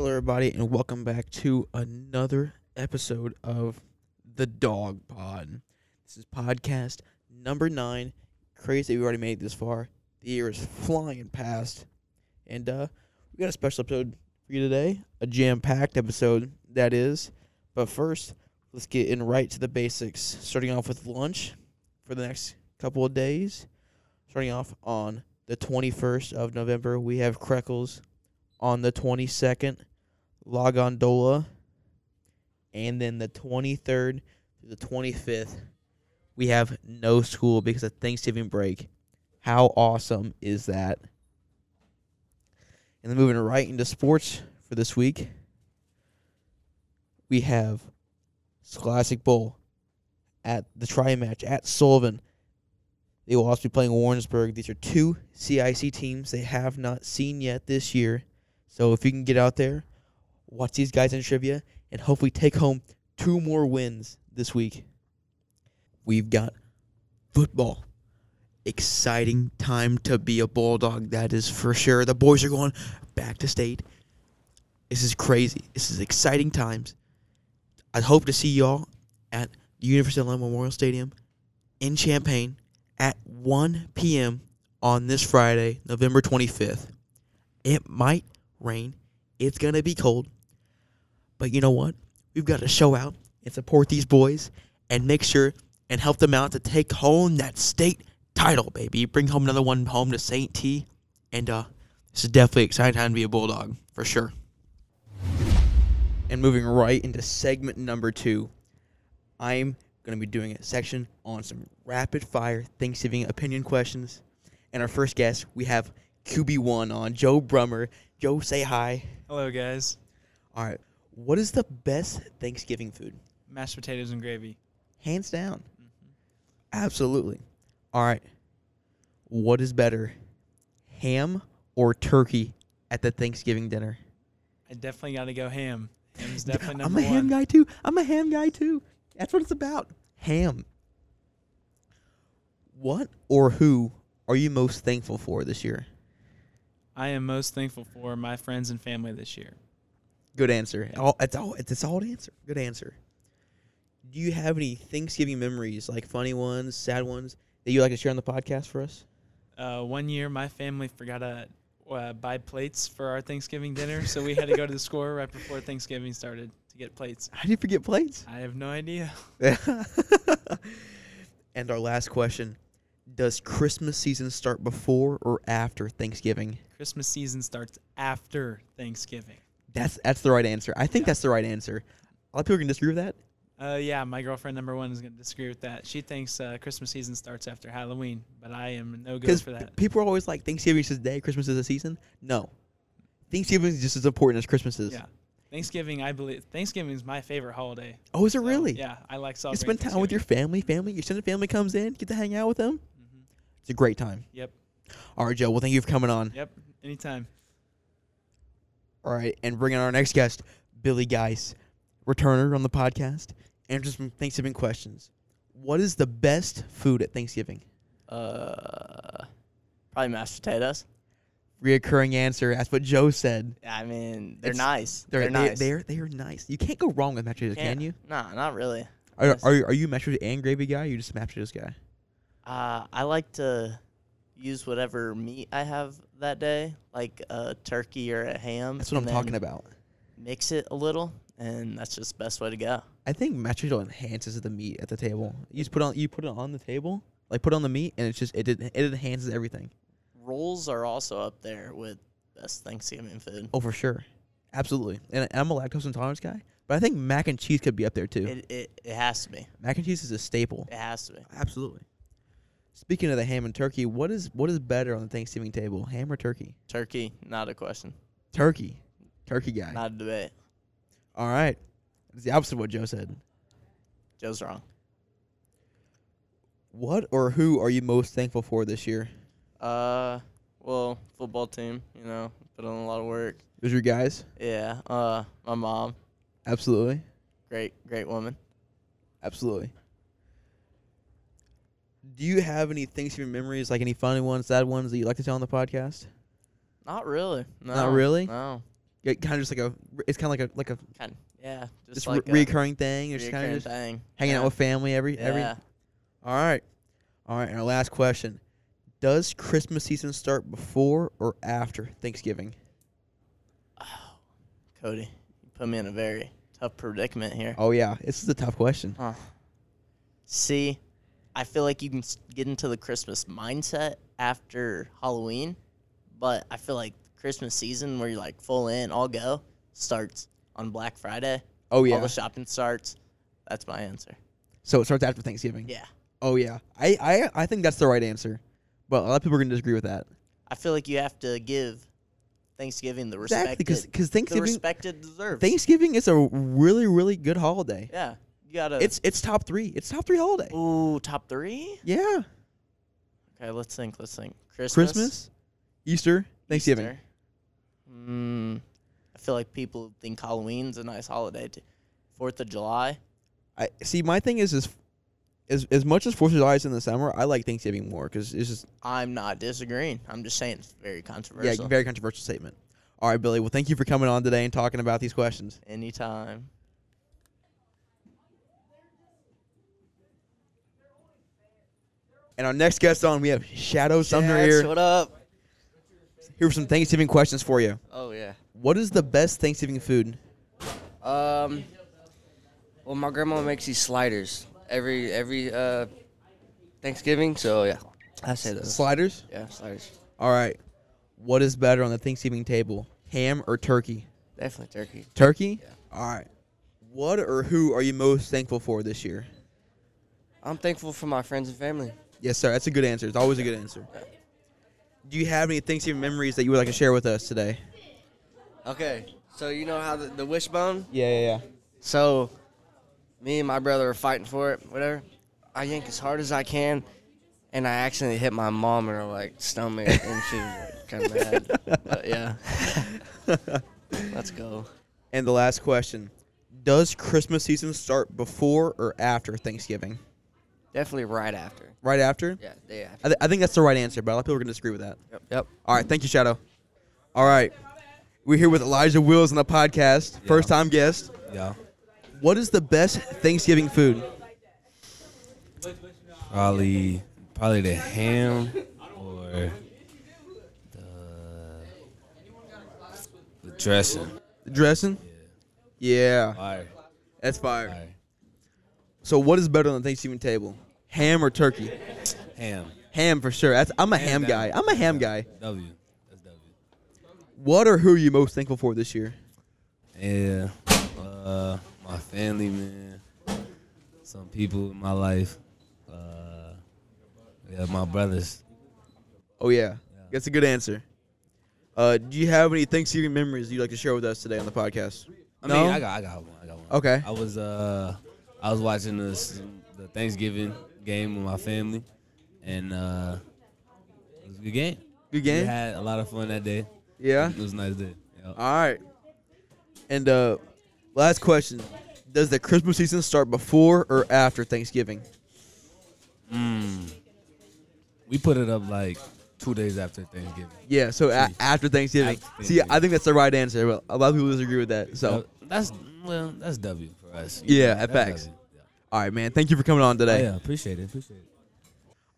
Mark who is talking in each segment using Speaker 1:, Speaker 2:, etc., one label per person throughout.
Speaker 1: everybody, and welcome back to another episode of the Dog Pod. This is podcast number nine. Crazy that we already made it this far. The year is flying past, and uh, we got a special episode for you today, a jam-packed episode that is. But first, let's get in right to the basics. Starting off with lunch for the next couple of days. Starting off on the 21st of November, we have Crackles on the 22nd, La Gondola, and then the 23rd through the 25th, we have no school because of Thanksgiving break. How awesome is that? And then moving right into sports for this week, we have Scholastic Bowl at the tri match at Sullivan. They will also be playing Warrensburg. These are two CIC teams they have not seen yet this year. So if you can get out there, watch these guys in trivia, and hopefully take home two more wins this week. We've got football. Exciting time to be a Bulldog, that is for sure. The boys are going back to state. This is crazy. This is exciting times. I hope to see y'all at the University of Illinois Memorial Stadium in Champaign at 1 p.m. on this Friday, November 25th. It might rain. It's going to be cold. But you know what? We've got to show out and support these boys and make sure and help them out to take home that state title, baby. Bring home another one home to St. T. And uh, this is definitely an exciting time to be a Bulldog, for sure. And moving right into segment number two, I'm going to be doing a section on some rapid fire Thanksgiving opinion questions. And our first guest, we have QB1 on Joe Brummer. Joe, say hi.
Speaker 2: Hello, guys.
Speaker 1: All right. What is the best Thanksgiving food?
Speaker 2: Mashed potatoes and gravy.
Speaker 1: Hands down.
Speaker 2: Mm-hmm.
Speaker 1: Absolutely. All right. What is better, ham or turkey at the Thanksgiving dinner?
Speaker 2: I definitely got to go ham. Ham's
Speaker 1: Yeah,
Speaker 2: definitely
Speaker 1: I'm
Speaker 2: number
Speaker 1: a
Speaker 2: one.
Speaker 1: ham guy too. I'm a ham guy too. That's what it's about. Ham. What or who are you most thankful for this year?
Speaker 2: I am most thankful for my friends and family this year.
Speaker 1: Good answer. All, it's all it's a solid answer. Good answer. Do you have any Thanksgiving memories, like funny ones, sad ones, that you like to share on the podcast for us?
Speaker 2: Uh, one year, my family forgot to uh, buy plates for our Thanksgiving dinner, so we had to go to the store right before Thanksgiving started to get plates.
Speaker 1: How do you forget plates?
Speaker 2: I have no idea.
Speaker 1: and our last question: Does Christmas season start before or after Thanksgiving?
Speaker 2: Christmas season starts after Thanksgiving.
Speaker 1: That's that's the right answer. I think
Speaker 2: Yeah.
Speaker 1: that's the right answer. A lot of people can disagree with that.
Speaker 2: Uh, yeah, my girlfriend number one is going to disagree with that. She thinks uh, Christmas season starts after Halloween, but I am no good
Speaker 1: Because
Speaker 2: for that.
Speaker 1: people are always like, Thanksgiving is the day, Christmas is a season. No. Thanksgiving is just as important as Christmas is.
Speaker 2: Yeah, Thanksgiving. I believe Thanksgiving is my favorite holiday.
Speaker 1: Oh, is it
Speaker 2: So,
Speaker 1: really?
Speaker 2: Yeah, I like
Speaker 1: You
Speaker 2: celebrating.
Speaker 1: spend time with your
Speaker 2: Thanksgiving.
Speaker 1: family, family, your extended family comes in, get to hang out with them.
Speaker 2: Mhm.
Speaker 1: It's a great time.
Speaker 2: Yep.
Speaker 1: All right, Joe. Well, thank you for coming on.
Speaker 2: Yep. Anytime.
Speaker 1: All right, and bring on our next guest, Billy Geis, returner on the podcast, answers some Thanksgiving questions. What is the best food at Thanksgiving?
Speaker 3: Uh, probably mashed potatoes.
Speaker 1: Reoccurring answer. That's what Joe said.
Speaker 3: I mean, they're
Speaker 1: It's-
Speaker 3: nice.
Speaker 1: They're,
Speaker 3: They're,
Speaker 1: they-
Speaker 3: nice.
Speaker 1: They're they are nice. You can't go wrong with mashed potatoes, can
Speaker 3: Can't-
Speaker 1: you?
Speaker 3: Nah, not really.
Speaker 1: Are
Speaker 3: Yes.
Speaker 1: are you, are you a mashed potato and gravy guy? Or you just a mashed potatoes guy?
Speaker 3: Uh, I like to use whatever meat I have that day, like a turkey or a ham.
Speaker 1: That's what I'm
Speaker 3: and
Speaker 1: talking
Speaker 3: then
Speaker 1: about.
Speaker 3: Mix it a little, and that's just the best way to go.
Speaker 1: I think mashed potato enhances the meat at the table. You just put on you put it on the table, like put it on the meat, and it's just it it it enhances everything.
Speaker 3: Rolls are also up there with best Thanksgiving food.
Speaker 1: Oh, for sure, absolutely. And I'm a lactose intolerance guy, but I think mac and cheese could be up there too.
Speaker 3: It, it it has to be.
Speaker 1: mac and cheese is a staple.
Speaker 3: It has to be.
Speaker 1: Absolutely. Speaking of the ham and turkey, what is what is better on the Thanksgiving table, ham or turkey?
Speaker 3: Turkey, not a question,
Speaker 1: Turkey, turkey guy.
Speaker 3: not a debate.
Speaker 1: All right, it's the opposite of what Joe said.
Speaker 3: Joe's wrong.
Speaker 1: What or who are you most thankful for this year?
Speaker 3: Uh, well, football team, you know, put in a lot of work.
Speaker 1: Those are your guys?
Speaker 3: Yeah. Uh, my mom,
Speaker 1: Absolutely.
Speaker 3: great, great woman.
Speaker 1: Absolutely. Do you have any Thanksgiving memories, like any funny ones, sad ones that you like to tell on the podcast?
Speaker 3: Not really. No.
Speaker 1: Not really?
Speaker 3: No.
Speaker 1: It kind of just like a, it's kind of like a like a
Speaker 3: Kind yeah, just
Speaker 1: just
Speaker 3: like
Speaker 1: re-
Speaker 3: a
Speaker 1: recurring thing. It's kind
Speaker 3: reoccurring
Speaker 1: of just
Speaker 3: thing.
Speaker 1: hanging
Speaker 3: yeah.
Speaker 1: out with family every every.
Speaker 3: yeah.
Speaker 1: All right, all right. And our last question: Does Christmas season start before or after Thanksgiving?
Speaker 3: Cody, you put me in a very tough predicament here.
Speaker 1: Oh yeah, this is a tough question.
Speaker 3: Huh. See, I feel like you can s- get into the Christmas mindset after Halloween, but I feel like the Christmas season where you're like full in, all go, starts on Black Friday.
Speaker 1: Oh
Speaker 3: All
Speaker 1: yeah,
Speaker 3: the shopping starts. That's my answer.
Speaker 1: so it starts after Thanksgiving.
Speaker 3: Yeah.
Speaker 1: Oh yeah, I, I I think that's the right answer, but a lot of people are gonna disagree with that.
Speaker 3: I feel like you have to give Thanksgiving the respect
Speaker 1: Exactly, because
Speaker 3: it, the
Speaker 1: Thanksgiving
Speaker 3: respect it deserves.
Speaker 1: Thanksgiving is a really really good holiday.
Speaker 3: yeah. You got to.
Speaker 1: It's it's top three. It's top three holiday.
Speaker 3: Ooh, top three?
Speaker 1: Yeah,
Speaker 3: Okay, let's think. Let's think. Christmas.
Speaker 1: Christmas, Easter, Thanksgiving.
Speaker 3: Easter. Mm, I feel like people think Halloween's a nice holiday. Too. Fourth of July.
Speaker 1: I see. My thing is is as as much as Fourth of July is in the summer, I like Thanksgiving more because it's just
Speaker 3: I'm not disagreeing. I'm just saying it's very
Speaker 1: yeah,
Speaker 3: controversial.
Speaker 1: very controversial statement. All right, Billy. Well, thank you for coming on today and talking about these questions.
Speaker 3: Anytime.
Speaker 1: And our next guest on, we have Shadow Sumner here.
Speaker 3: What up?
Speaker 1: Here are some Thanksgiving questions for you.
Speaker 4: Oh yeah.
Speaker 1: What is the best Thanksgiving food?
Speaker 4: Um. Well, my grandma makes these sliders every every uh Thanksgiving. So yeah, I say those.
Speaker 1: Sliders.
Speaker 4: yeah, sliders.
Speaker 1: All right. What is better on the Thanksgiving table, ham or turkey?
Speaker 4: Definitely turkey.
Speaker 1: Turkey.
Speaker 4: Yeah.
Speaker 1: All right. What or who are you most thankful for this year?
Speaker 4: I'm thankful for my friends and family.
Speaker 1: Yes, sir. That's a good answer. It's always a good answer. Do you have any Thanksgiving memories that you would like to share with us today?
Speaker 4: Okay. So you know how the, the wishbone?
Speaker 1: Yeah, yeah, yeah.
Speaker 4: So me and my brother are fighting for it. Whatever. I yank as hard as I can, and I accidentally hit my mom in her like stomach, and she was like, kind of mad. But yeah. Let's go.
Speaker 1: And the last question Does Christmas season start before or after Thanksgiving?
Speaker 4: Definitely right after.
Speaker 1: Right after?
Speaker 4: Yeah, day after.
Speaker 1: I, th- I think that's the right answer, but a lot of people are going to disagree with that.
Speaker 4: Yep. yep.
Speaker 1: All right. Thank you, Shadow. All right. We're here with Elijah Wills on the podcast, first time guest.
Speaker 5: Yeah.
Speaker 1: What is the best Thanksgiving food?
Speaker 5: Probably probably the ham or the the dressing.
Speaker 1: Dressing? Yeah.
Speaker 5: Fire.
Speaker 1: That's fire.
Speaker 5: Fire.
Speaker 1: So, what is better on the Thanksgiving table? Ham or turkey?
Speaker 5: Ham.
Speaker 1: Ham for sure. That's I'm a ham
Speaker 5: Hands
Speaker 1: guy.
Speaker 5: down.
Speaker 1: I'm a ham guy.
Speaker 5: W. That's W.
Speaker 1: What or who are you most thankful for this year?
Speaker 5: Yeah. Uh my family, man. Some people in my life. Uh yeah, my brothers.
Speaker 1: Oh yeah, that's a good answer. Uh, do you have any Thanksgiving memories you'd like to share with us today on the podcast?
Speaker 5: I
Speaker 1: No?
Speaker 5: mean, I got, I got one. I got one.
Speaker 1: Okay.
Speaker 5: I was, uh, I was watching this the Thanksgiving game with my family, and uh, it was a good game.
Speaker 1: Good
Speaker 5: We
Speaker 1: game.
Speaker 5: had a lot of fun that day.
Speaker 1: Yeah.
Speaker 5: It was a nice day. Yeah.
Speaker 1: All right. And uh, last question: Does the Christmas season start before or after Thanksgiving? Um,
Speaker 5: Mm. We put it up like two days after Thanksgiving.
Speaker 1: Yeah. So a-
Speaker 5: See.
Speaker 1: after Thanksgiving.
Speaker 5: After
Speaker 1: See, I
Speaker 5: Thanksgiving.
Speaker 1: think that's the right answer, but a lot of people disagree with that. So,
Speaker 5: Uh, that's well, that's W for us.
Speaker 1: Yeah,
Speaker 5: That's
Speaker 1: facts.
Speaker 5: W. Yeah.
Speaker 1: all right, man. Thank you for coming on
Speaker 5: Oh,
Speaker 1: today.
Speaker 5: yeah, appreciate it. Appreciate it.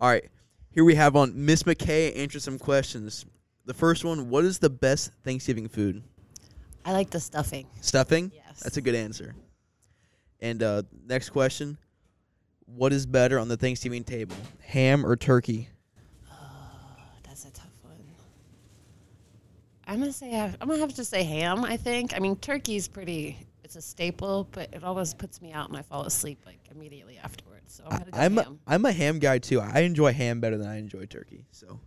Speaker 1: All right. Here we have on Miss McKay answer some questions. The first one, what is the best Thanksgiving food?
Speaker 6: I like the stuffing.
Speaker 1: Stuffing?
Speaker 6: Yes.
Speaker 1: That's a good answer. And uh, next question, what is better on the Thanksgiving table? Ham or turkey?
Speaker 6: Oh, That's a tough one. I'm gonna say I- I'm gonna have to say ham. I think. I mean, turkey's pretty. It's a staple, but it always puts me out, and I fall asleep like immediately afterwards. So I'm gonna go
Speaker 1: I'm a,
Speaker 6: ham.
Speaker 1: I'm a ham guy too. I enjoy ham better than I enjoy turkey. So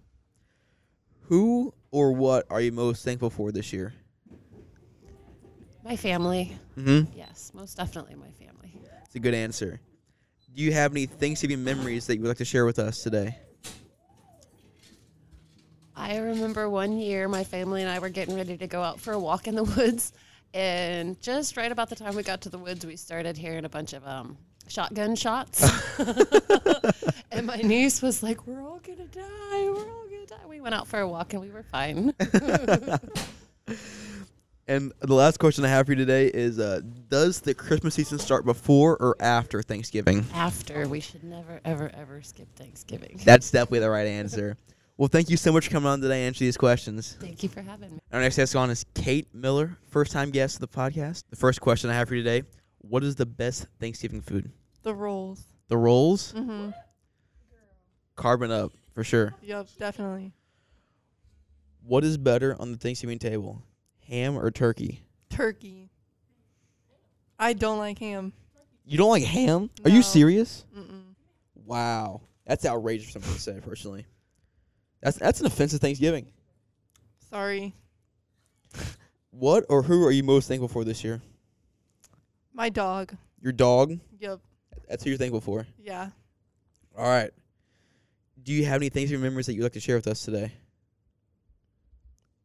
Speaker 1: who or what are you most thankful for this year?
Speaker 6: My family.
Speaker 1: Mhm.
Speaker 6: Yes, most definitely my family.
Speaker 1: It's a good answer. Do you have any Thanksgiving memories that you would like to share with us today?
Speaker 6: I remember one year my family and I were getting ready to go out for a walk in the woods. And just right about the time we got to the woods, we started hearing a bunch of um, shotgun shots. and my niece was like, We're all going to die. We're all going to die. We went out for a walk and we were fine.
Speaker 1: And the last question I have for you today is: uh, Does the Christmas season start before or after Thanksgiving?
Speaker 6: After we should never, ever, ever skip Thanksgiving.
Speaker 1: That's definitely the right answer. Well, thank you so much for coming on today and answering these questions.
Speaker 6: Thank you for having me.
Speaker 1: Our next guest on is Kate Miller, first time guest of the podcast. The first question I have for you today: What is the best Thanksgiving food?
Speaker 7: The rolls.
Speaker 1: The rolls,
Speaker 7: Mm-hmm.
Speaker 1: carbon up for sure.
Speaker 7: Yep, definitely.
Speaker 1: What is better on the Thanksgiving table, ham or turkey?
Speaker 7: Turkey. I don't like ham.
Speaker 1: You don't like ham? Are
Speaker 7: No.
Speaker 1: you serious?
Speaker 7: Mm-mm.
Speaker 1: Wow, that's outrageous for someone to say. Personally, that's that's an offensive Thanksgiving.
Speaker 7: Sorry.
Speaker 1: What or who are you most thankful for this year?
Speaker 7: My dog.
Speaker 1: Your dog.
Speaker 7: Yep.
Speaker 1: That's who you're thankful for.
Speaker 7: Yeah.
Speaker 1: All right. Do you have any Thanksgiving memories that you'd like to share with us today?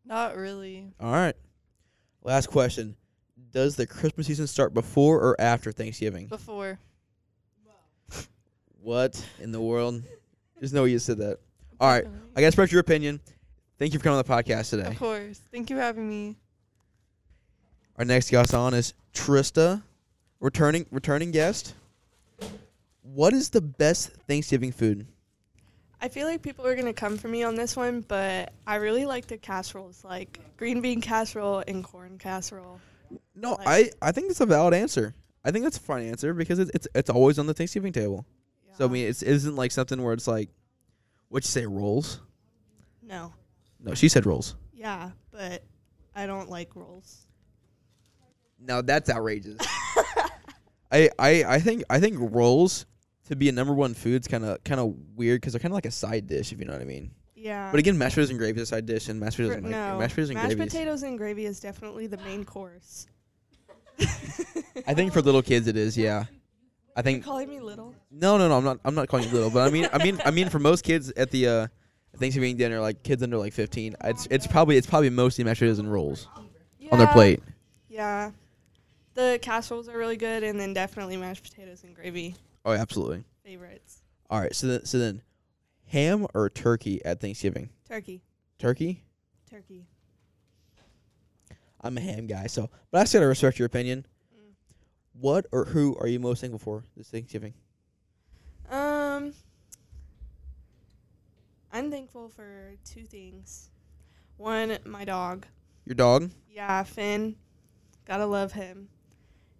Speaker 7: Not really.
Speaker 1: All right. Last question. Does the Christmas season start before or after Thanksgiving?
Speaker 7: Before.
Speaker 1: What in the world? There's no way you said that. All right. I guess respect your opinion. Thank you for coming on the podcast today.
Speaker 7: Of course. Thank you for having me.
Speaker 1: Our next guest on is Trista, returning returning guest. What is the best Thanksgiving food?
Speaker 7: I feel like people are gonna come for me on this one, but I really like the casseroles, like green bean casserole and corn casserole.
Speaker 1: No, I,
Speaker 7: Like-
Speaker 1: I think that's a valid answer. I think that's a fine answer because it's it's, it's always on the Thanksgiving table. So I mean, it's, it isn't like something where it's like, what you say rolls?
Speaker 7: no,
Speaker 1: No, she said rolls.
Speaker 7: yeah, but I don't like rolls.
Speaker 1: No, that's outrageous. I, I I think I think rolls to be a number one food's kind of kind of weird because they're kind of like a side dish if you know what I mean.
Speaker 7: Yeah,
Speaker 1: But again, mashed potatoes and gravy is a side dish, and mashed potatoes
Speaker 7: For-
Speaker 1: and,
Speaker 7: no,
Speaker 1: mashed potatoes and
Speaker 7: mashed
Speaker 1: gravy. is-
Speaker 7: potatoes and gravy is definitely the main course.
Speaker 1: I think for little kids it is, yeah. I think
Speaker 7: Calling me little?
Speaker 1: no, no, no. I'm not. I'm not calling you little, but I mean, I mean, I mean, for most kids at the uh, Thanksgiving dinner, like kids under like 15, it's it's probably it's probably mostly mashed potatoes and rolls on their
Speaker 7: Yeah,
Speaker 1: plate.
Speaker 7: Yeah, the casseroles are really good, and then definitely mashed potatoes and gravy
Speaker 1: Oh, absolutely.
Speaker 7: favorites.
Speaker 1: All right. So then, so then, ham or turkey at Thanksgiving?
Speaker 7: Turkey,
Speaker 1: Turkey.
Speaker 7: turkey.
Speaker 1: I'm a ham guy, so but I still gotta respect your opinion. What or who are you most thankful for this Thanksgiving?
Speaker 7: Um, I'm thankful for two things. One, my dog.
Speaker 1: Your dog.
Speaker 7: Yeah, Finn. Gotta love him.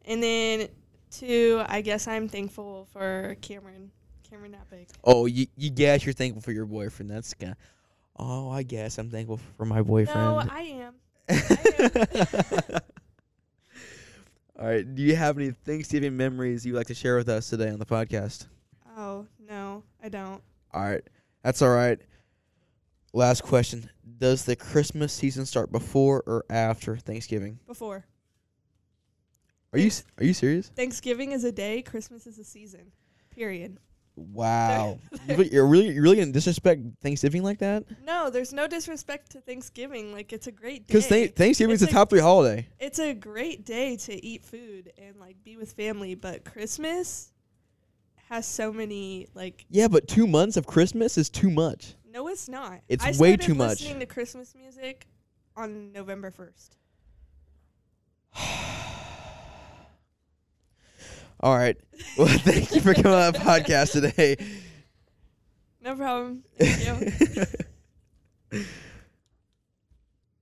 Speaker 7: And then two, I guess I'm thankful for Cameron. Cameron Napick.
Speaker 1: Oh, you you guess you're thankful for your boyfriend. That's kind. Oh, I guess I'm thankful for my boyfriend.
Speaker 7: No, I am.
Speaker 1: All right. Do you have any Thanksgiving memories you'd like to share with us today on the podcast?
Speaker 7: Oh, no, I don't.
Speaker 1: All right. That's all right. Last question. Does the Christmas season start before or after Thanksgiving?
Speaker 7: Before.
Speaker 1: Are you s- are you serious?
Speaker 7: Thanksgiving is a day, Christmas is a season. Period.
Speaker 1: Wow. You really- you're really you're really going to disrespect Thanksgiving like that?
Speaker 7: No, there's no disrespect to Thanksgiving. Like it's a great day.
Speaker 1: Cuz Thanksgiving is
Speaker 7: It's
Speaker 1: the top 3 holiday.
Speaker 7: it's a great day to eat food and like be with family, but Christmas has so many like
Speaker 1: Yeah, but 2 months of Christmas is too much.
Speaker 7: No, it's not.
Speaker 1: It's
Speaker 7: I
Speaker 1: way
Speaker 7: started
Speaker 1: too much.
Speaker 7: Listening to Christmas music on November first.
Speaker 1: All right. Well, thank you for coming on the podcast today.
Speaker 7: No problem. Thank you.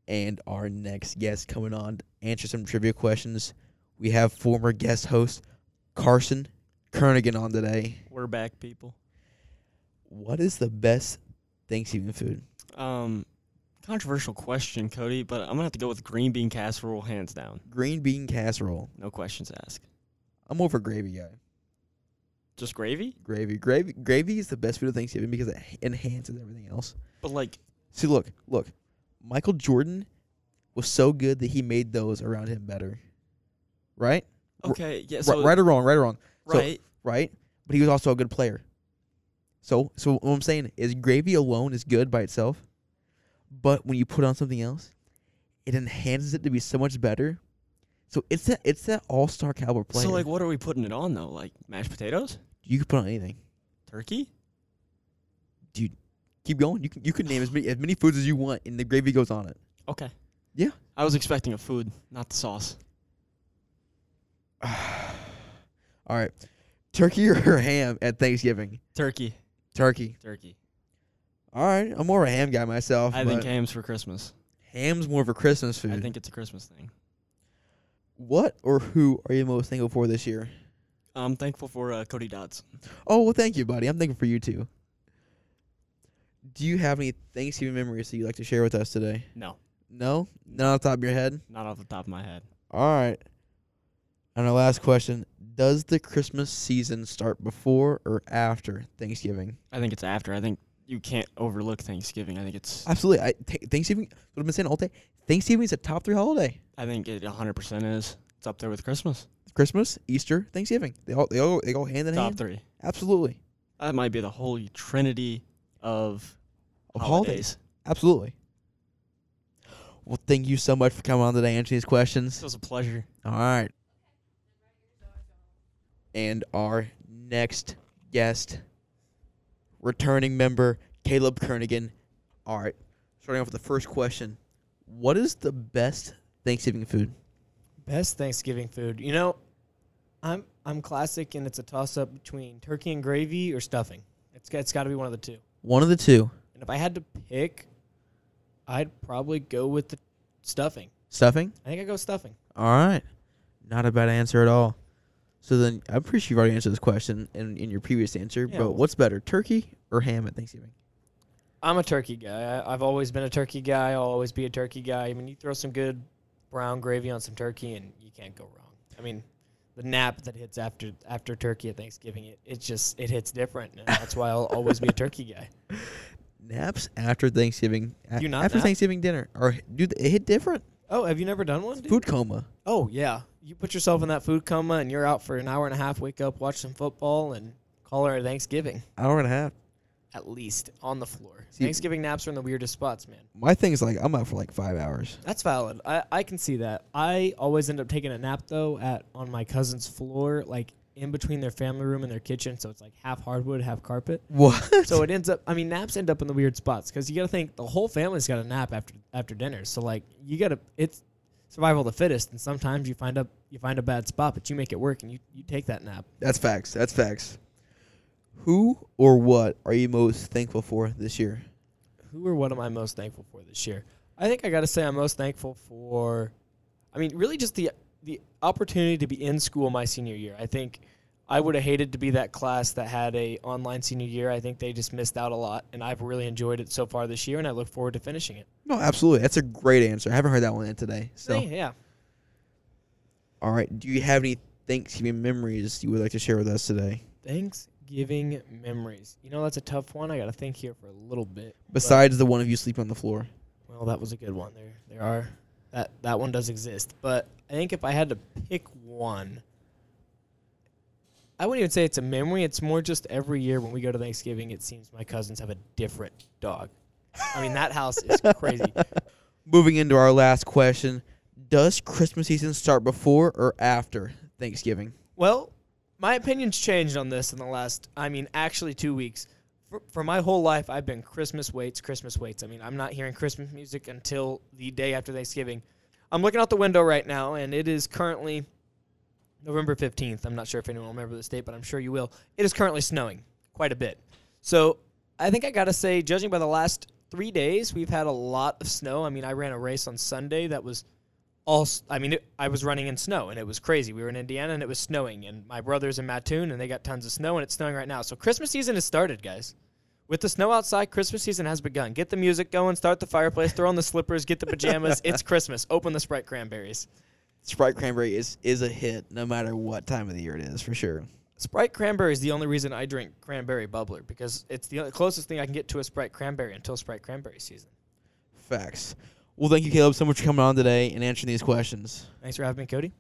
Speaker 1: and our next guest coming on to answer some trivia questions. We have former guest host Carson Kernigan on today.
Speaker 4: We're back, people.
Speaker 1: What is the best Thanksgiving food?
Speaker 8: Um, controversial question, Cody, but I'm gonna have to go with green bean casserole, hands down.
Speaker 1: Green bean casserole.
Speaker 8: No questions asked.
Speaker 1: I'm more of a gravy guy.
Speaker 8: Just gravy,
Speaker 1: Gravy, gravy, gravy is the best food of Thanksgiving because it h- enhances everything else.
Speaker 8: but like,
Speaker 1: See, look, look, Michael Jordan was so good that he made those around him better. Right? R-
Speaker 8: okay, yeah,
Speaker 1: Ri-
Speaker 8: so
Speaker 1: right
Speaker 8: right,
Speaker 1: or wrong? Right or wrong? so-
Speaker 8: right,
Speaker 1: right? But he was also a good player. So, so what I'm saying is, gravy alone is good by itself, but when you put on something else, it enhances it to be so much better. So it's that it's that all star caliber player.
Speaker 8: so like, what are we putting it on though? Like mashed potatoes,
Speaker 1: you can put on anything.
Speaker 8: turkey.
Speaker 1: Keep going. You can you can name as many as many foods as you want, and the gravy goes on it.
Speaker 8: Okay,
Speaker 1: Yeah.
Speaker 8: I was expecting a food, not the sauce.
Speaker 1: All right. Turkey or ham at Thanksgiving?
Speaker 8: Turkey.
Speaker 1: Turkey.
Speaker 8: Turkey.
Speaker 1: All right. I'm more of a ham guy myself.
Speaker 8: I
Speaker 1: but
Speaker 8: think ham's for Christmas.
Speaker 1: ham's more of a Christmas food.
Speaker 8: I think it's a Christmas thing.
Speaker 1: What or who are you most thankful for this year?
Speaker 8: I'm thankful for uh, Cody Dodds.
Speaker 1: Oh, well, thank you, buddy. I'm thankful for you too. Do you have any Thanksgiving memories that you'd like to share with us today?
Speaker 8: No,
Speaker 1: No? Not off the top of your head?
Speaker 8: not off the top of my head.
Speaker 1: All right. And our last question Does the Christmas season start before or after Thanksgiving?
Speaker 8: I think it's after. I think you can't overlook Thanksgiving. I think it's.
Speaker 1: Absolutely. I, th- Thanksgiving, what I've been saying all day, Thanksgiving is a top three holiday.
Speaker 8: I think it 100% is. It's up there with Christmas.
Speaker 1: Christmas, Easter, Thanksgiving. They all they all they go hand in
Speaker 8: Top
Speaker 1: hand.
Speaker 8: three.
Speaker 1: Absolutely.
Speaker 8: That might be the holy trinity of,
Speaker 1: Of
Speaker 8: holidays.
Speaker 1: Absolutely. Well, thank you so much for coming on today, answering these questions.
Speaker 8: It was a pleasure.
Speaker 1: All right. And our next guest, returning member Caleb Kernigan. All right. Starting off with the first question What is the best Thanksgiving food?
Speaker 9: Best Thanksgiving food. You know, I'm I'm classic, and it's a toss up between turkey and gravy or stuffing. It's got- it's got to be one of the two.
Speaker 1: One of the two
Speaker 9: And if I had to pick, I'd probably go with the stuffing.
Speaker 1: stuffing.
Speaker 9: I think I go stuffing.
Speaker 1: All right. Not a bad answer at all. So then I'm pretty sure you've already answered this question in, in your previous answer,
Speaker 9: Yeah.
Speaker 1: but what's better, turkey or ham at Thanksgiving?
Speaker 9: I'm a turkey guy. I, I've always been a turkey guy. I'll always be a turkey guy. I mean, you throw some good brown gravy on some turkey, and you can't go wrong. I mean, the nap that hits after after turkey at Thanksgiving, it, it just it hits different. And that's why I'll always be a turkey guy.
Speaker 1: Naps after Thanksgiving. a-
Speaker 9: You not
Speaker 1: after
Speaker 9: nap?
Speaker 1: Thanksgiving dinner. Or do it hit different.
Speaker 9: Oh, have you never done one? dude?
Speaker 1: Food coma.
Speaker 9: Oh yeah, you put yourself in that food coma, and you're out for an hour and a half. Wake up, watch some football, and call her a Thanksgiving
Speaker 1: Hour and a half.
Speaker 9: at least on the floor.
Speaker 1: See-
Speaker 9: Thanksgiving naps are in the weirdest spots, man.
Speaker 1: My thing's like I'm out for like five hours.
Speaker 9: That's valid. I, I can see that. I always end up taking a nap though at on my cousin's floor, like in between their family room and their kitchen, so it's like half hardwood, half carpet.
Speaker 1: What?
Speaker 9: So it ends up. I mean, naps end up in the weird spots because you got to think the whole family's got to nap after after dinner. So like you got to it's survival of the fittest, and sometimes you find up you find a bad spot, but you make it work and you, you take that nap.
Speaker 1: That's facts. That's facts. Who or what are you most thankful for this year?
Speaker 9: who or what am I most thankful for this year? I think I got to say I'm most thankful for, I mean, really just the the opportunity to be in school my senior year. I think I would have hated to be that class that had a online senior year. I think they just missed out a lot, and I've really enjoyed it so far this year, and I look forward to finishing it.
Speaker 1: No, absolutely. That's a great answer. I haven't heard that one yet today. So,
Speaker 9: yeah,
Speaker 1: all right. Do you have any Thanksgiving memories you would like to share with us today?
Speaker 9: Thanksgiving memories. You know that's a tough one. I got to think here for a little bit. but-
Speaker 1: Besides the one of you sleeping on the floor.
Speaker 9: Well, that was a good one. There, there are that that one does exist, but I think if I had to pick one, I wouldn't even say it's a memory. It's more just every year when we go to Thanksgiving, it seems my cousins have a different dog. I mean, that house is crazy.
Speaker 1: Moving into our last question, does Christmas season start before or after Thanksgiving?
Speaker 9: Well, my opinion's changed on this in the last, I mean, actually two weeks. For, for my whole life, I've been Christmas waits, Christmas waits. I mean, I'm not hearing Christmas music until the day after Thanksgiving. I'm looking out the window right now, and it is currently November 15th. I'm not sure if anyone will remember this date, but I'm sure you will. It is currently snowing quite a bit. So I think I got to say, judging by the last three days, we've had a lot of snow. I mean, I ran a race on Sunday that was all s- I mean, it, I was running in snow and it was crazy. We were in Indiana and it was snowing, and my brother's in Mattoon and they got tons of snow and it's snowing right now. So Christmas season has started, guys. With the snow outside, Christmas season has begun. Get the music going, start the fireplace, throw on the slippers, get the pajamas. it's Christmas. Open the Sprite cranberries.
Speaker 1: Sprite cranberry is is a hit no matter what time of the year it is, for sure.
Speaker 9: Sprite cranberry is the only reason I drink cranberry bubbler because it's the o- closest thing I can get to a Sprite cranberry until Sprite cranberry season.
Speaker 1: Facts. Well, thank you, Caleb, so much for coming on today and answering these questions.
Speaker 9: Thanks for having me, Cody.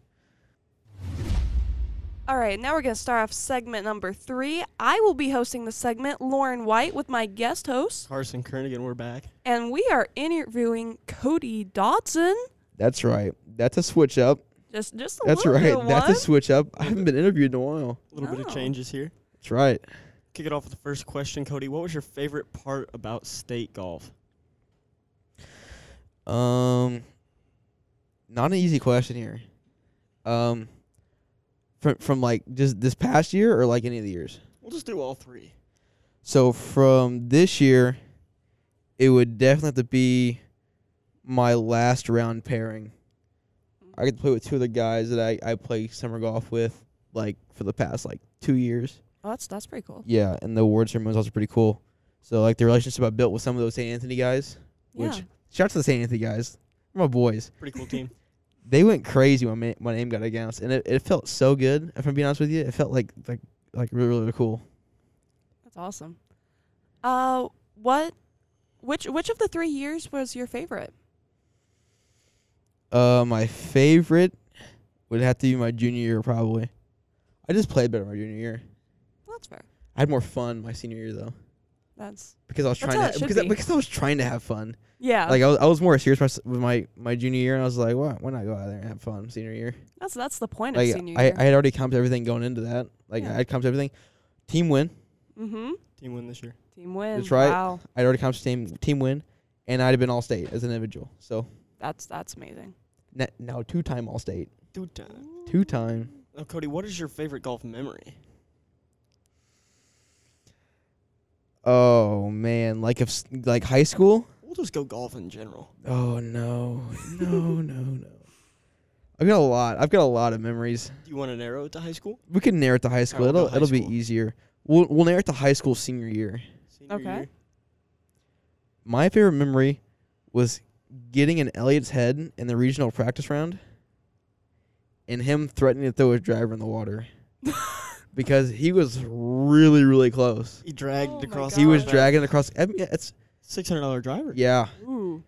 Speaker 7: All right, now we're going to start off segment number three. I will be hosting the segment, Lauren White, with my guest host,
Speaker 8: Carson Kernigan, we're back.
Speaker 7: and we are interviewing Cody Dodson.
Speaker 1: That's right. That's a switch up.
Speaker 7: Just, just a
Speaker 1: That's
Speaker 7: little
Speaker 1: right.
Speaker 7: bit of
Speaker 1: That's a
Speaker 7: one.
Speaker 1: switch up. I haven't been interviewed in a while.
Speaker 8: A little bit
Speaker 7: Oh.
Speaker 8: of changes here.
Speaker 1: That's right.
Speaker 8: Kick it off with the first question, Cody. What was your favorite part about state golf?
Speaker 1: Um, not an easy question here. Um, from from like just this past year or like any of the years.
Speaker 8: We'll just do all three.
Speaker 1: So from this year, it would definitely have to be my last round pairing. I get to play with two of the guys that I, I play summer golf with, like for the past like two years.
Speaker 10: Oh, that's that's pretty cool.
Speaker 1: Yeah, and the award ceremony was also pretty cool. So like the relationship I built with some of those St. Anthony guys, which
Speaker 10: Yeah.
Speaker 1: shout out to the St. Anthony guys, They're my boys.
Speaker 8: Pretty cool team.
Speaker 1: They went crazy when my, my name got announced, and it, it felt so good. If I'm being honest with you, it felt like like like really really cool.
Speaker 10: That's awesome. Uh, what? Which which of the three years was your favorite?
Speaker 1: Uh, my favorite would have to be my junior year, probably. I just played better my junior year.
Speaker 10: Well, that's fair.
Speaker 1: I had more fun my senior year though,
Speaker 10: That's
Speaker 1: because I was
Speaker 10: That's
Speaker 1: trying
Speaker 10: how
Speaker 1: to
Speaker 10: it should
Speaker 1: because I,
Speaker 10: be. Oh.
Speaker 1: because I was trying to have fun.
Speaker 10: yeah.
Speaker 1: Like I was, I was more serious mys- with my my junior year, and I was like, why why not go out there and have fun senior year?
Speaker 10: that's that's the point
Speaker 1: Like
Speaker 10: of senior
Speaker 1: I,
Speaker 10: year.
Speaker 1: I had already come to everything going into that. Like
Speaker 10: Yeah.
Speaker 1: I had come to everything. Team win.
Speaker 10: mm-hmm.
Speaker 8: Team win this year.
Speaker 10: Team win.
Speaker 1: That's right.
Speaker 10: Wow.
Speaker 1: I'd already come to team team win, and I'd have been all state as an individual. So
Speaker 10: That's that's amazing.
Speaker 1: na- now two time all state,
Speaker 8: Two time.
Speaker 1: two time.
Speaker 8: Oh, Cody, what is your favorite golf memory?
Speaker 1: Oh man, like if s- like high school.
Speaker 8: We'll just go golf in general.
Speaker 1: Oh no, no, no, no. I've got a lot. I've got a lot of memories.
Speaker 8: Do you want to narrow it to high school?
Speaker 1: We can narrow it to high school.
Speaker 8: we'll go
Speaker 1: it'll
Speaker 8: high
Speaker 1: it'll be
Speaker 8: school.
Speaker 1: easier. We'll we'll narrow it to high school senior year.
Speaker 8: Senior
Speaker 10: Okay.
Speaker 8: year?
Speaker 1: My favorite memory was getting in Elliot's head in the regional practice round, and him threatening to throw his driver in the water because he was really really close.
Speaker 8: He dragged
Speaker 10: Oh my
Speaker 8: across.
Speaker 1: He was
Speaker 10: Gosh.
Speaker 1: dragging across. I mean, it's
Speaker 8: Six hundred dollar driver.
Speaker 1: yeah.
Speaker 10: Ooh.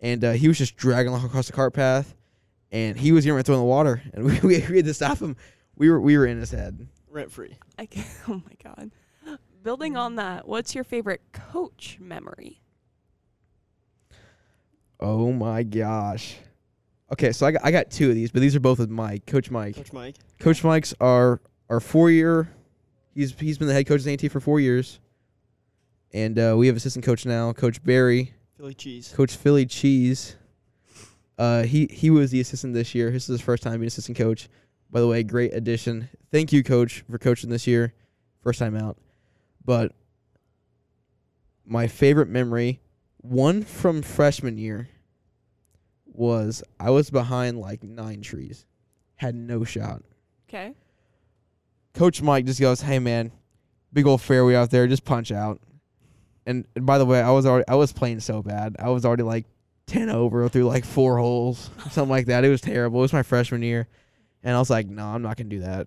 Speaker 1: and uh, he was just dragging along across the cart path, and he was gonna throw in the water, and we, we, we had to stop him. We were we were in his head.
Speaker 8: Rent free.
Speaker 10: I can, oh my god. Building on that, what's your favorite coach memory?
Speaker 1: Oh my gosh. Okay, so I got, I got two of these, but these are both with Mike, Coach Mike.
Speaker 8: Coach Mike.
Speaker 1: Coach Mike's our our four year. He's he's been the head coach of AT for four years, and uh, we have assistant coach now, Coach Barry,
Speaker 8: Philly cheese.
Speaker 1: Coach Philly Cheese. Uh, he he was the assistant this year. This is his first time being assistant coach. By the way, great addition. Thank you, coach, for coaching this year, first time out. But my favorite memory, one from freshman year, was I was behind like nine trees, had no shot.
Speaker 10: Okay.
Speaker 1: Coach Mike just goes, "Hey man, big old fairway out there, just punch out." And, and by the way, I was already I was playing so bad. I was already like ten over through like four holes, something like that. It was terrible. It was my freshman year, and I was like, "No, I'm not gonna do that."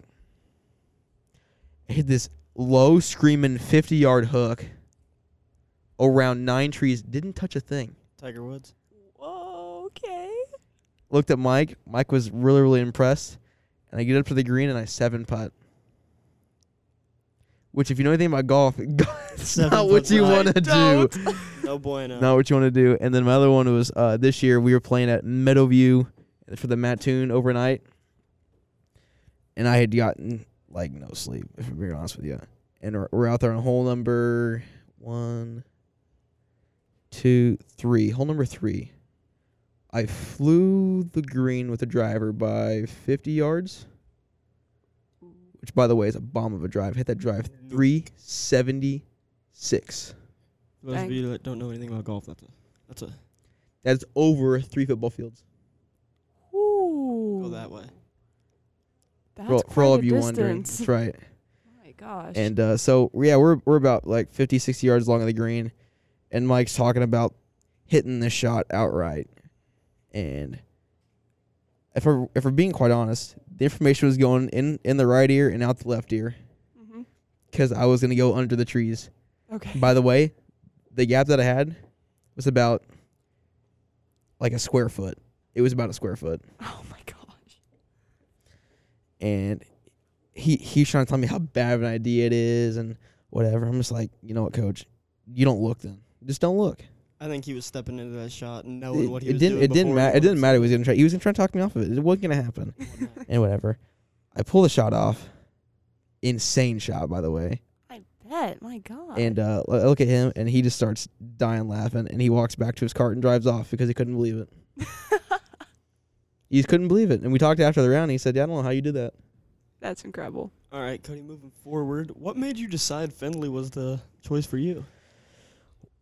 Speaker 1: I hit this low screaming fifty yard hook around nine trees. Didn't touch a thing.
Speaker 8: Tiger Woods.
Speaker 10: Whoa, okay.
Speaker 1: Looked at Mike. Mike was really really impressed, and I get up to the green and I seven putt. Which, if you know anything about golf, it's
Speaker 8: Seven
Speaker 1: not what
Speaker 8: putts.
Speaker 1: you
Speaker 8: I
Speaker 1: want to do.
Speaker 8: No bueno.
Speaker 1: Not what you want to do. And then my other one was uh, this year we were playing at Meadowview for the Mattoon overnight, and I had gotten like no sleep. If I'm being honest with you, and we're- we're out there on hole number one, two, three. Hole number three. I flew the green with a driver by 50 yards, which by the way is a bomb of a drive. Hit that drive 376.
Speaker 8: For those of
Speaker 10: Dang.
Speaker 8: you that don't know anything about golf, that's a that's a
Speaker 1: That's over three football fields.
Speaker 10: Ooh.
Speaker 8: go that way.
Speaker 10: That's
Speaker 1: For, for all
Speaker 10: quite
Speaker 1: of
Speaker 10: a
Speaker 1: you wondering.
Speaker 10: distance.
Speaker 1: That's right.
Speaker 10: my gosh.
Speaker 1: And uh, so, yeah, we're, we're about like 50, 60 yards long of the green. And Mike's talking about hitting this shot outright. And if we're, if we're being quite honest, the information was going in, in the right ear and out the left ear
Speaker 10: hmm
Speaker 1: because I was going to go under the trees.
Speaker 10: Okay.
Speaker 1: By the way, the gap that I had was about like a square foot. It was about a square foot.
Speaker 10: oh my gosh.
Speaker 1: and he he's trying to tell me how bad of an idea it is and whatever. I'm just like, you know what, coach, you don't look then. Just don't look.
Speaker 8: I think he was stepping into that shot and knowing
Speaker 1: It,
Speaker 8: what he
Speaker 1: it
Speaker 8: was
Speaker 1: didn't
Speaker 8: doing.
Speaker 1: it didn't
Speaker 8: before
Speaker 1: matter. It didn't
Speaker 8: was.
Speaker 1: matter. He was gonna try. He was gonna try to talk me off of it. It wasn't gonna happen. and whatever. I pull the shot off. Insane shot, by the way.
Speaker 10: I bet. My god.
Speaker 1: And uh, I look at him, and he just starts dying laughing, and he walks back to his cart and drives off because he couldn't believe it. He couldn't believe it. And we talked after the round. And he said, "Yeah, I don't know how you did that."
Speaker 10: That's incredible.
Speaker 8: All right, Cody, moving forward, what made you decide Findlay was the choice for you?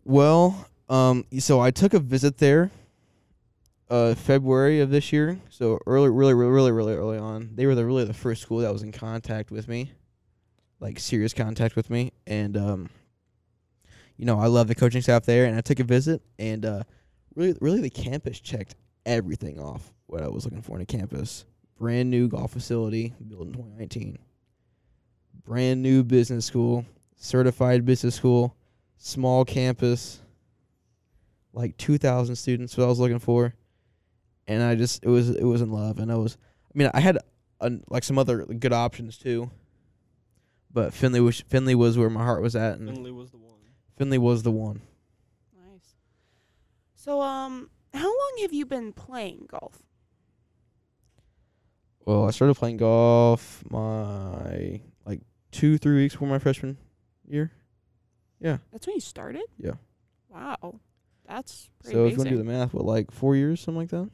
Speaker 1: Well, um, so I took a visit there, uh, February of this year. So early, really, really, really, really early on, they were the really the first school that was in contact with me, like serious contact with me. And um, you know, I love the coaching staff there, and I took a visit, and uh, really, really, the campus checked everything off what I was looking for in a campus. Brand new golf facility, built in 2019. Brand new business school, certified business school small campus, like two thousand students, what I was looking for, and I just it was it was in love, and I was I mean I had an like some other good options too, but Finley was Finley was where my heart was at, and
Speaker 8: Findlay was the one.
Speaker 1: Finley was the one.
Speaker 10: Nice. So, um, how long have you been playing golf?
Speaker 1: Well, I started playing golf my like two three weeks before my freshman year. Yeah,
Speaker 10: That's when you started.
Speaker 1: Yeah.
Speaker 10: Wow, that's pretty
Speaker 1: so if you
Speaker 10: amazing.
Speaker 1: want to do the math, what like four years, something like that?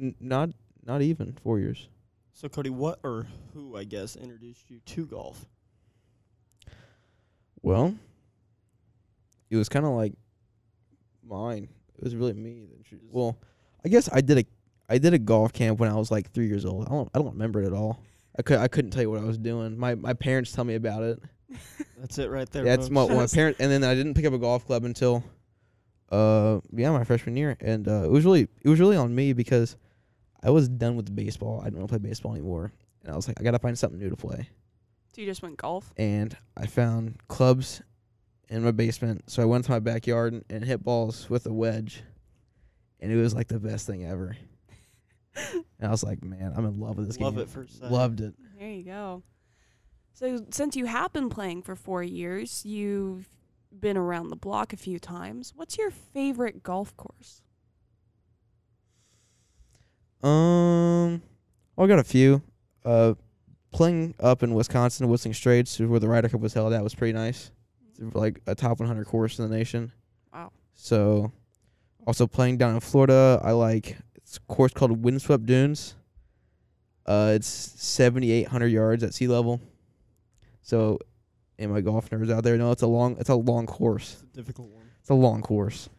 Speaker 1: N- not not even four years.
Speaker 8: So, Cody, what or who, I guess, introduced you to golf?
Speaker 1: Well, it was kind of like mine. It was really me. that intro- Well, I guess I did a I did a golf camp when I was like three years old. I don't I don't remember it at all. I could I couldn't tell you what I was doing. My my parents tell me about it.
Speaker 8: That's it right there.
Speaker 1: That's my
Speaker 8: folks.
Speaker 1: my parents. And then I didn't pick up a golf club until uh yeah my freshman year. And uh, it was really it was really on me because I was done with baseball. I didn't want to play baseball anymore. And I was like I gotta find something new to play
Speaker 10: so you just went golf.
Speaker 1: and I found clubs in my basement. So I went to my backyard and, and hit balls with a wedge, and it was like the best thing ever. and I was like, man, I'm in love with this
Speaker 8: Love
Speaker 1: game.
Speaker 8: at first sight.
Speaker 1: Loved it.
Speaker 10: There you go. So since you have been playing for four years, you've been around the block a few times. What's your favorite golf course?
Speaker 1: Um, well, I got a few. Uh, playing up in Wisconsin, Whistling Straits, where the Ryder Cup was held, that was pretty nice. It's like a top 100 course in the nation.
Speaker 10: Wow.
Speaker 1: So, also playing down in Florida, I like it's a course called Windswept Dunes. Uh, it's 7,800 yards at sea level. So, and my golf nerds out there know it's a long, it's a long course.
Speaker 8: It's a difficult one.
Speaker 1: It's a long course,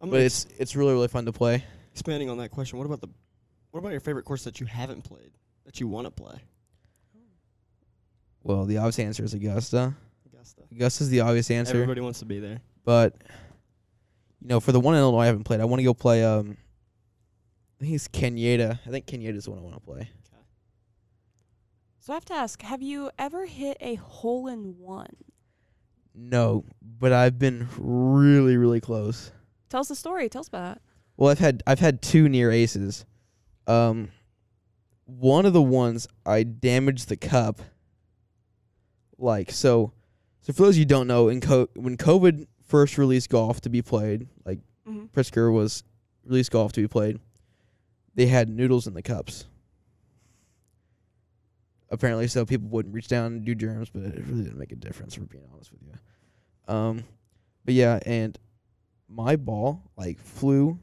Speaker 8: I'm
Speaker 1: but it's it's really really fun to play.
Speaker 8: expanding on that question. What about the, what about your favorite course that you haven't played that you want to play?
Speaker 1: Well, the obvious answer is Augusta.
Speaker 8: Augusta.
Speaker 1: Augusta's the obvious answer.
Speaker 8: Everybody wants to be there.
Speaker 1: But you know, for the one in Illinois I haven't played, I want to go play. Um, I think it's Kenyatta. I think Kenyatta's the one I want to play.
Speaker 10: So I have to ask, have you ever hit a hole in one?
Speaker 1: No, but I've been really, really close.
Speaker 10: Tell us the story. Tell us about that.
Speaker 1: Well, I've had I've had two near aces. Um, one of the ones I damaged the cup. Like so, so for those you who don't know, in co- when COVID first released golf to be played, like
Speaker 10: Mhm.
Speaker 1: Pritzker was released golf to be played, they had noodles in the cups. Apparently, so people wouldn't reach down and do germs, but it really didn't make a difference. For being honest with you, um, but yeah, and my ball like flew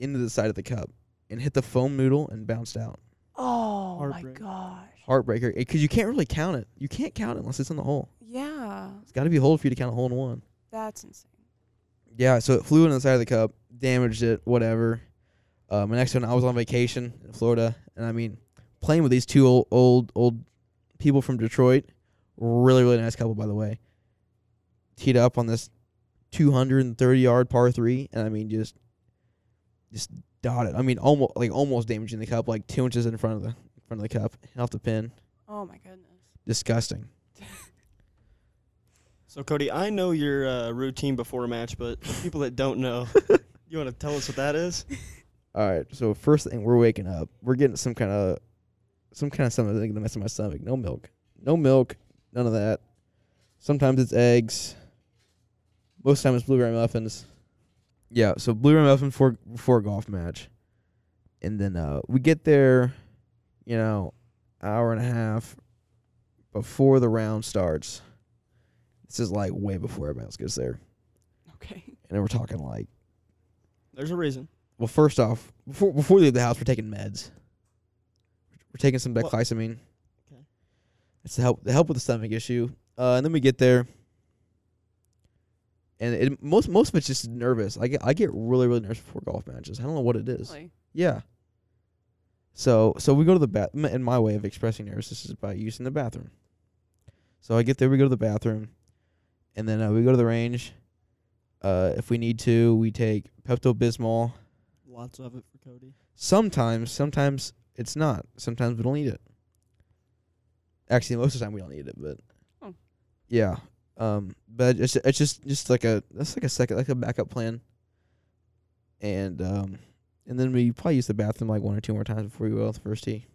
Speaker 1: into the side of the cup and hit the foam noodle and bounced out.
Speaker 10: Oh my
Speaker 8: Heartbreak.
Speaker 10: gosh.
Speaker 1: Heartbreaker, because you can't really count it. You can't count it unless it's in the hole.
Speaker 10: Yeah,
Speaker 1: It's got to be a hole for you to count a hole in one.
Speaker 10: that's insane.
Speaker 1: Yeah, so it flew into the side of the cup, damaged it, whatever. Uh, my next one, I was on vacation in Florida, and I mean, playing with these two old, old, old people from Detroit, really, really nice couple, by the way. Teed up on this 230 yard par three, and I mean, just, just dotted. I mean, almost like almost damaging the cup, like two inches in front of the in front of the cup, hit off the pin.
Speaker 10: Oh my goodness.
Speaker 1: Disgusting.
Speaker 8: So, Cody, I know your uh, routine before a match, but people that don't know, you want to tell us what that is?
Speaker 1: All right. So first thing, we're waking up. We're getting some kind of, some kind of something that's messing my stomach. No milk. No milk. None of that. Sometimes it's eggs. Most time it's blueberry muffins. Yeah. So blueberry muffin for before a golf match, and then uh, we get there, you know, hour and a half before the round starts. This is like way before everybody else gets there,
Speaker 10: Okay.
Speaker 1: and then we're talking like.
Speaker 8: There's a reason.
Speaker 1: Well, first off, before before we leave the house, we're taking meds. We're taking some
Speaker 8: What-
Speaker 1: diclizamine.
Speaker 8: Okay.
Speaker 1: It's to help to help with the stomach issue. Uh, and then we get there, and it most most of it's just nervous. I get I get really really nervous before golf matches. I don't know what it
Speaker 6: Oh,
Speaker 1: is.
Speaker 10: Really?
Speaker 1: Yeah. So so we go to the bath. And my way of expressing nervousness is by using the bathroom. So I get there, we go to the bathroom, and then uh, we go to the range. Uh, if we need to, we take Pepto Bismol.
Speaker 8: Lots of it for Cody.
Speaker 1: Sometimes, sometimes it's not. Sometimes we don't need it. Actually, most of the time we don't need it, but
Speaker 10: Oh.
Speaker 1: yeah. Um, but it's it's just just like a that's like a second like a backup plan. And um, and then we probably use the bathroom like one or two more times before we go out the first tee.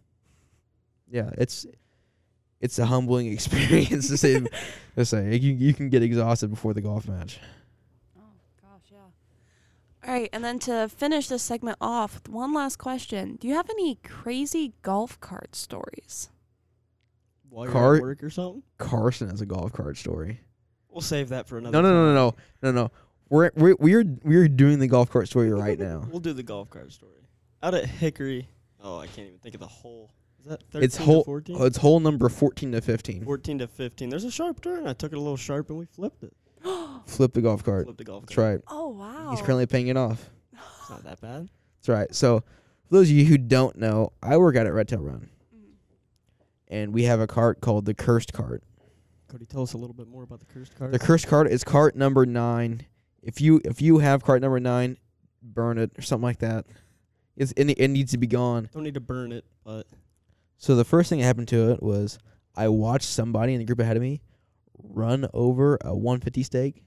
Speaker 1: Yeah, it's it's a humbling experience to say to say you you can get exhausted before the golf match.
Speaker 10: Oh gosh, yeah. All right, and then to finish this segment off with one last question: Do you have any crazy golf cart stories?
Speaker 8: While you're
Speaker 1: Cart-
Speaker 8: at work or something.
Speaker 1: Carson has a golf cart story.
Speaker 8: We'll save that for another.
Speaker 1: No, no, no, no, no, no, no. We're we're we're we're doing the golf cart story
Speaker 8: time.
Speaker 1: right now.
Speaker 8: we'll do the golf cart story. Out at Hickory. Oh, I can't even think of the hole. Is that 13
Speaker 1: It's hole-
Speaker 8: to 14?
Speaker 1: Oh, it's hole number fourteen to fifteen.
Speaker 8: 14 to 15. There's a sharp turn. I took it a little sharp and we flipped it.
Speaker 1: Flip the golf cart.
Speaker 8: Flipped the golf
Speaker 1: That's
Speaker 8: cart.
Speaker 1: right.
Speaker 10: Oh wow.
Speaker 1: He's currently paying it off.
Speaker 8: It's not that bad.
Speaker 1: That's right. So, for those of you who don't know, I work out at Red Tail Run, and we have a cart called the Cursed Cart.
Speaker 8: Cody, tell us a little bit more about the cursed card.
Speaker 1: The Cursed Cart is cart number nine. If you if you have cart number nine, burn it or something like that. It's, it, it needs to be gone.
Speaker 8: Don't need to burn it, but
Speaker 1: So the first thing that happened to it was I watched somebody in the group ahead of me run over a 150 stake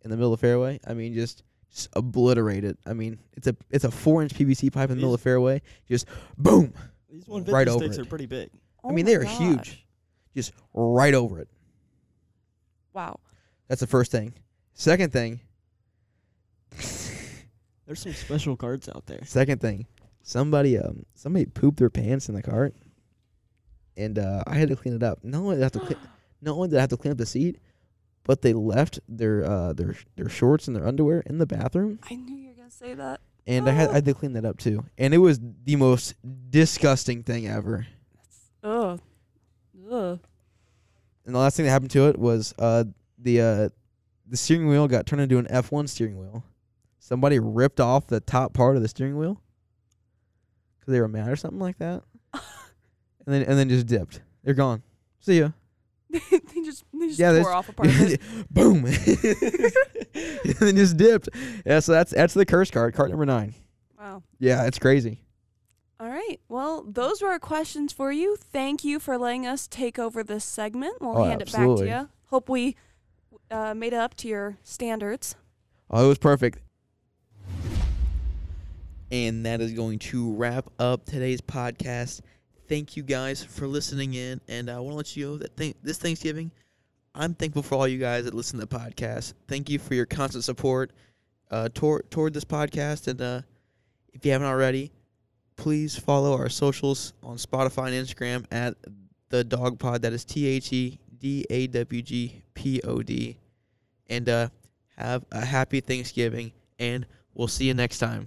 Speaker 1: in the middle of the fairway. I mean, just just obliterate it. I mean, it's a it's a four inch PVC pipe in the middle of the fairway. Just boom,
Speaker 8: these 150
Speaker 1: Right over
Speaker 8: sticks
Speaker 1: it.
Speaker 8: are pretty big.
Speaker 1: I mean,
Speaker 10: Oh my
Speaker 1: they are huge.
Speaker 10: gosh.
Speaker 1: just right over it.
Speaker 10: Wow.
Speaker 1: That's the first thing. Second thing.
Speaker 8: There's some special cards out there.
Speaker 1: Second thing. Somebody um somebody pooped their pants in the cart, and uh, I had to clean it up. Not only did I have to clean, not only did I have to clean up the seat, but they left their uh their their shorts and their underwear in the bathroom,
Speaker 10: I knew you were gonna say that.
Speaker 1: and I had I had to clean that up too. And it was the most disgusting thing ever.
Speaker 10: Ugh. Ugh.
Speaker 1: And the last thing that happened to it was uh the uh the steering wheel got turned into an F1 steering wheel. Somebody ripped off the top part of the steering wheel because they were mad or something like that, and then and then just dipped. They're gone. See ya.
Speaker 10: they just they just
Speaker 1: Yeah,
Speaker 10: tore
Speaker 1: there's-
Speaker 10: off a part of it.
Speaker 1: Boom. and then just dipped. Yeah, so that's that's the curse card, card number nine.
Speaker 10: Wow.
Speaker 1: Yeah, it's crazy.
Speaker 10: All right. Well, those were our questions for you. Thank you for letting us take over this segment. We'll
Speaker 1: Oh,
Speaker 10: hand
Speaker 1: absolutely.
Speaker 10: it back to you. Hope we uh, made it up to your standards.
Speaker 1: Oh, it was perfect. And that is going to wrap up today's podcast. Thank you guys for listening in, and I want to let you know that th- this Thanksgiving, I'm thankful for all you guys that listen to the podcast. Thank you for your constant support uh, toward toward this podcast, and uh, if you haven't already, please follow our socials on Spotify and Instagram at the Dog Pod. That is T H E D A W G P O D, and uh, have a happy Thanksgiving, and we'll see you next time.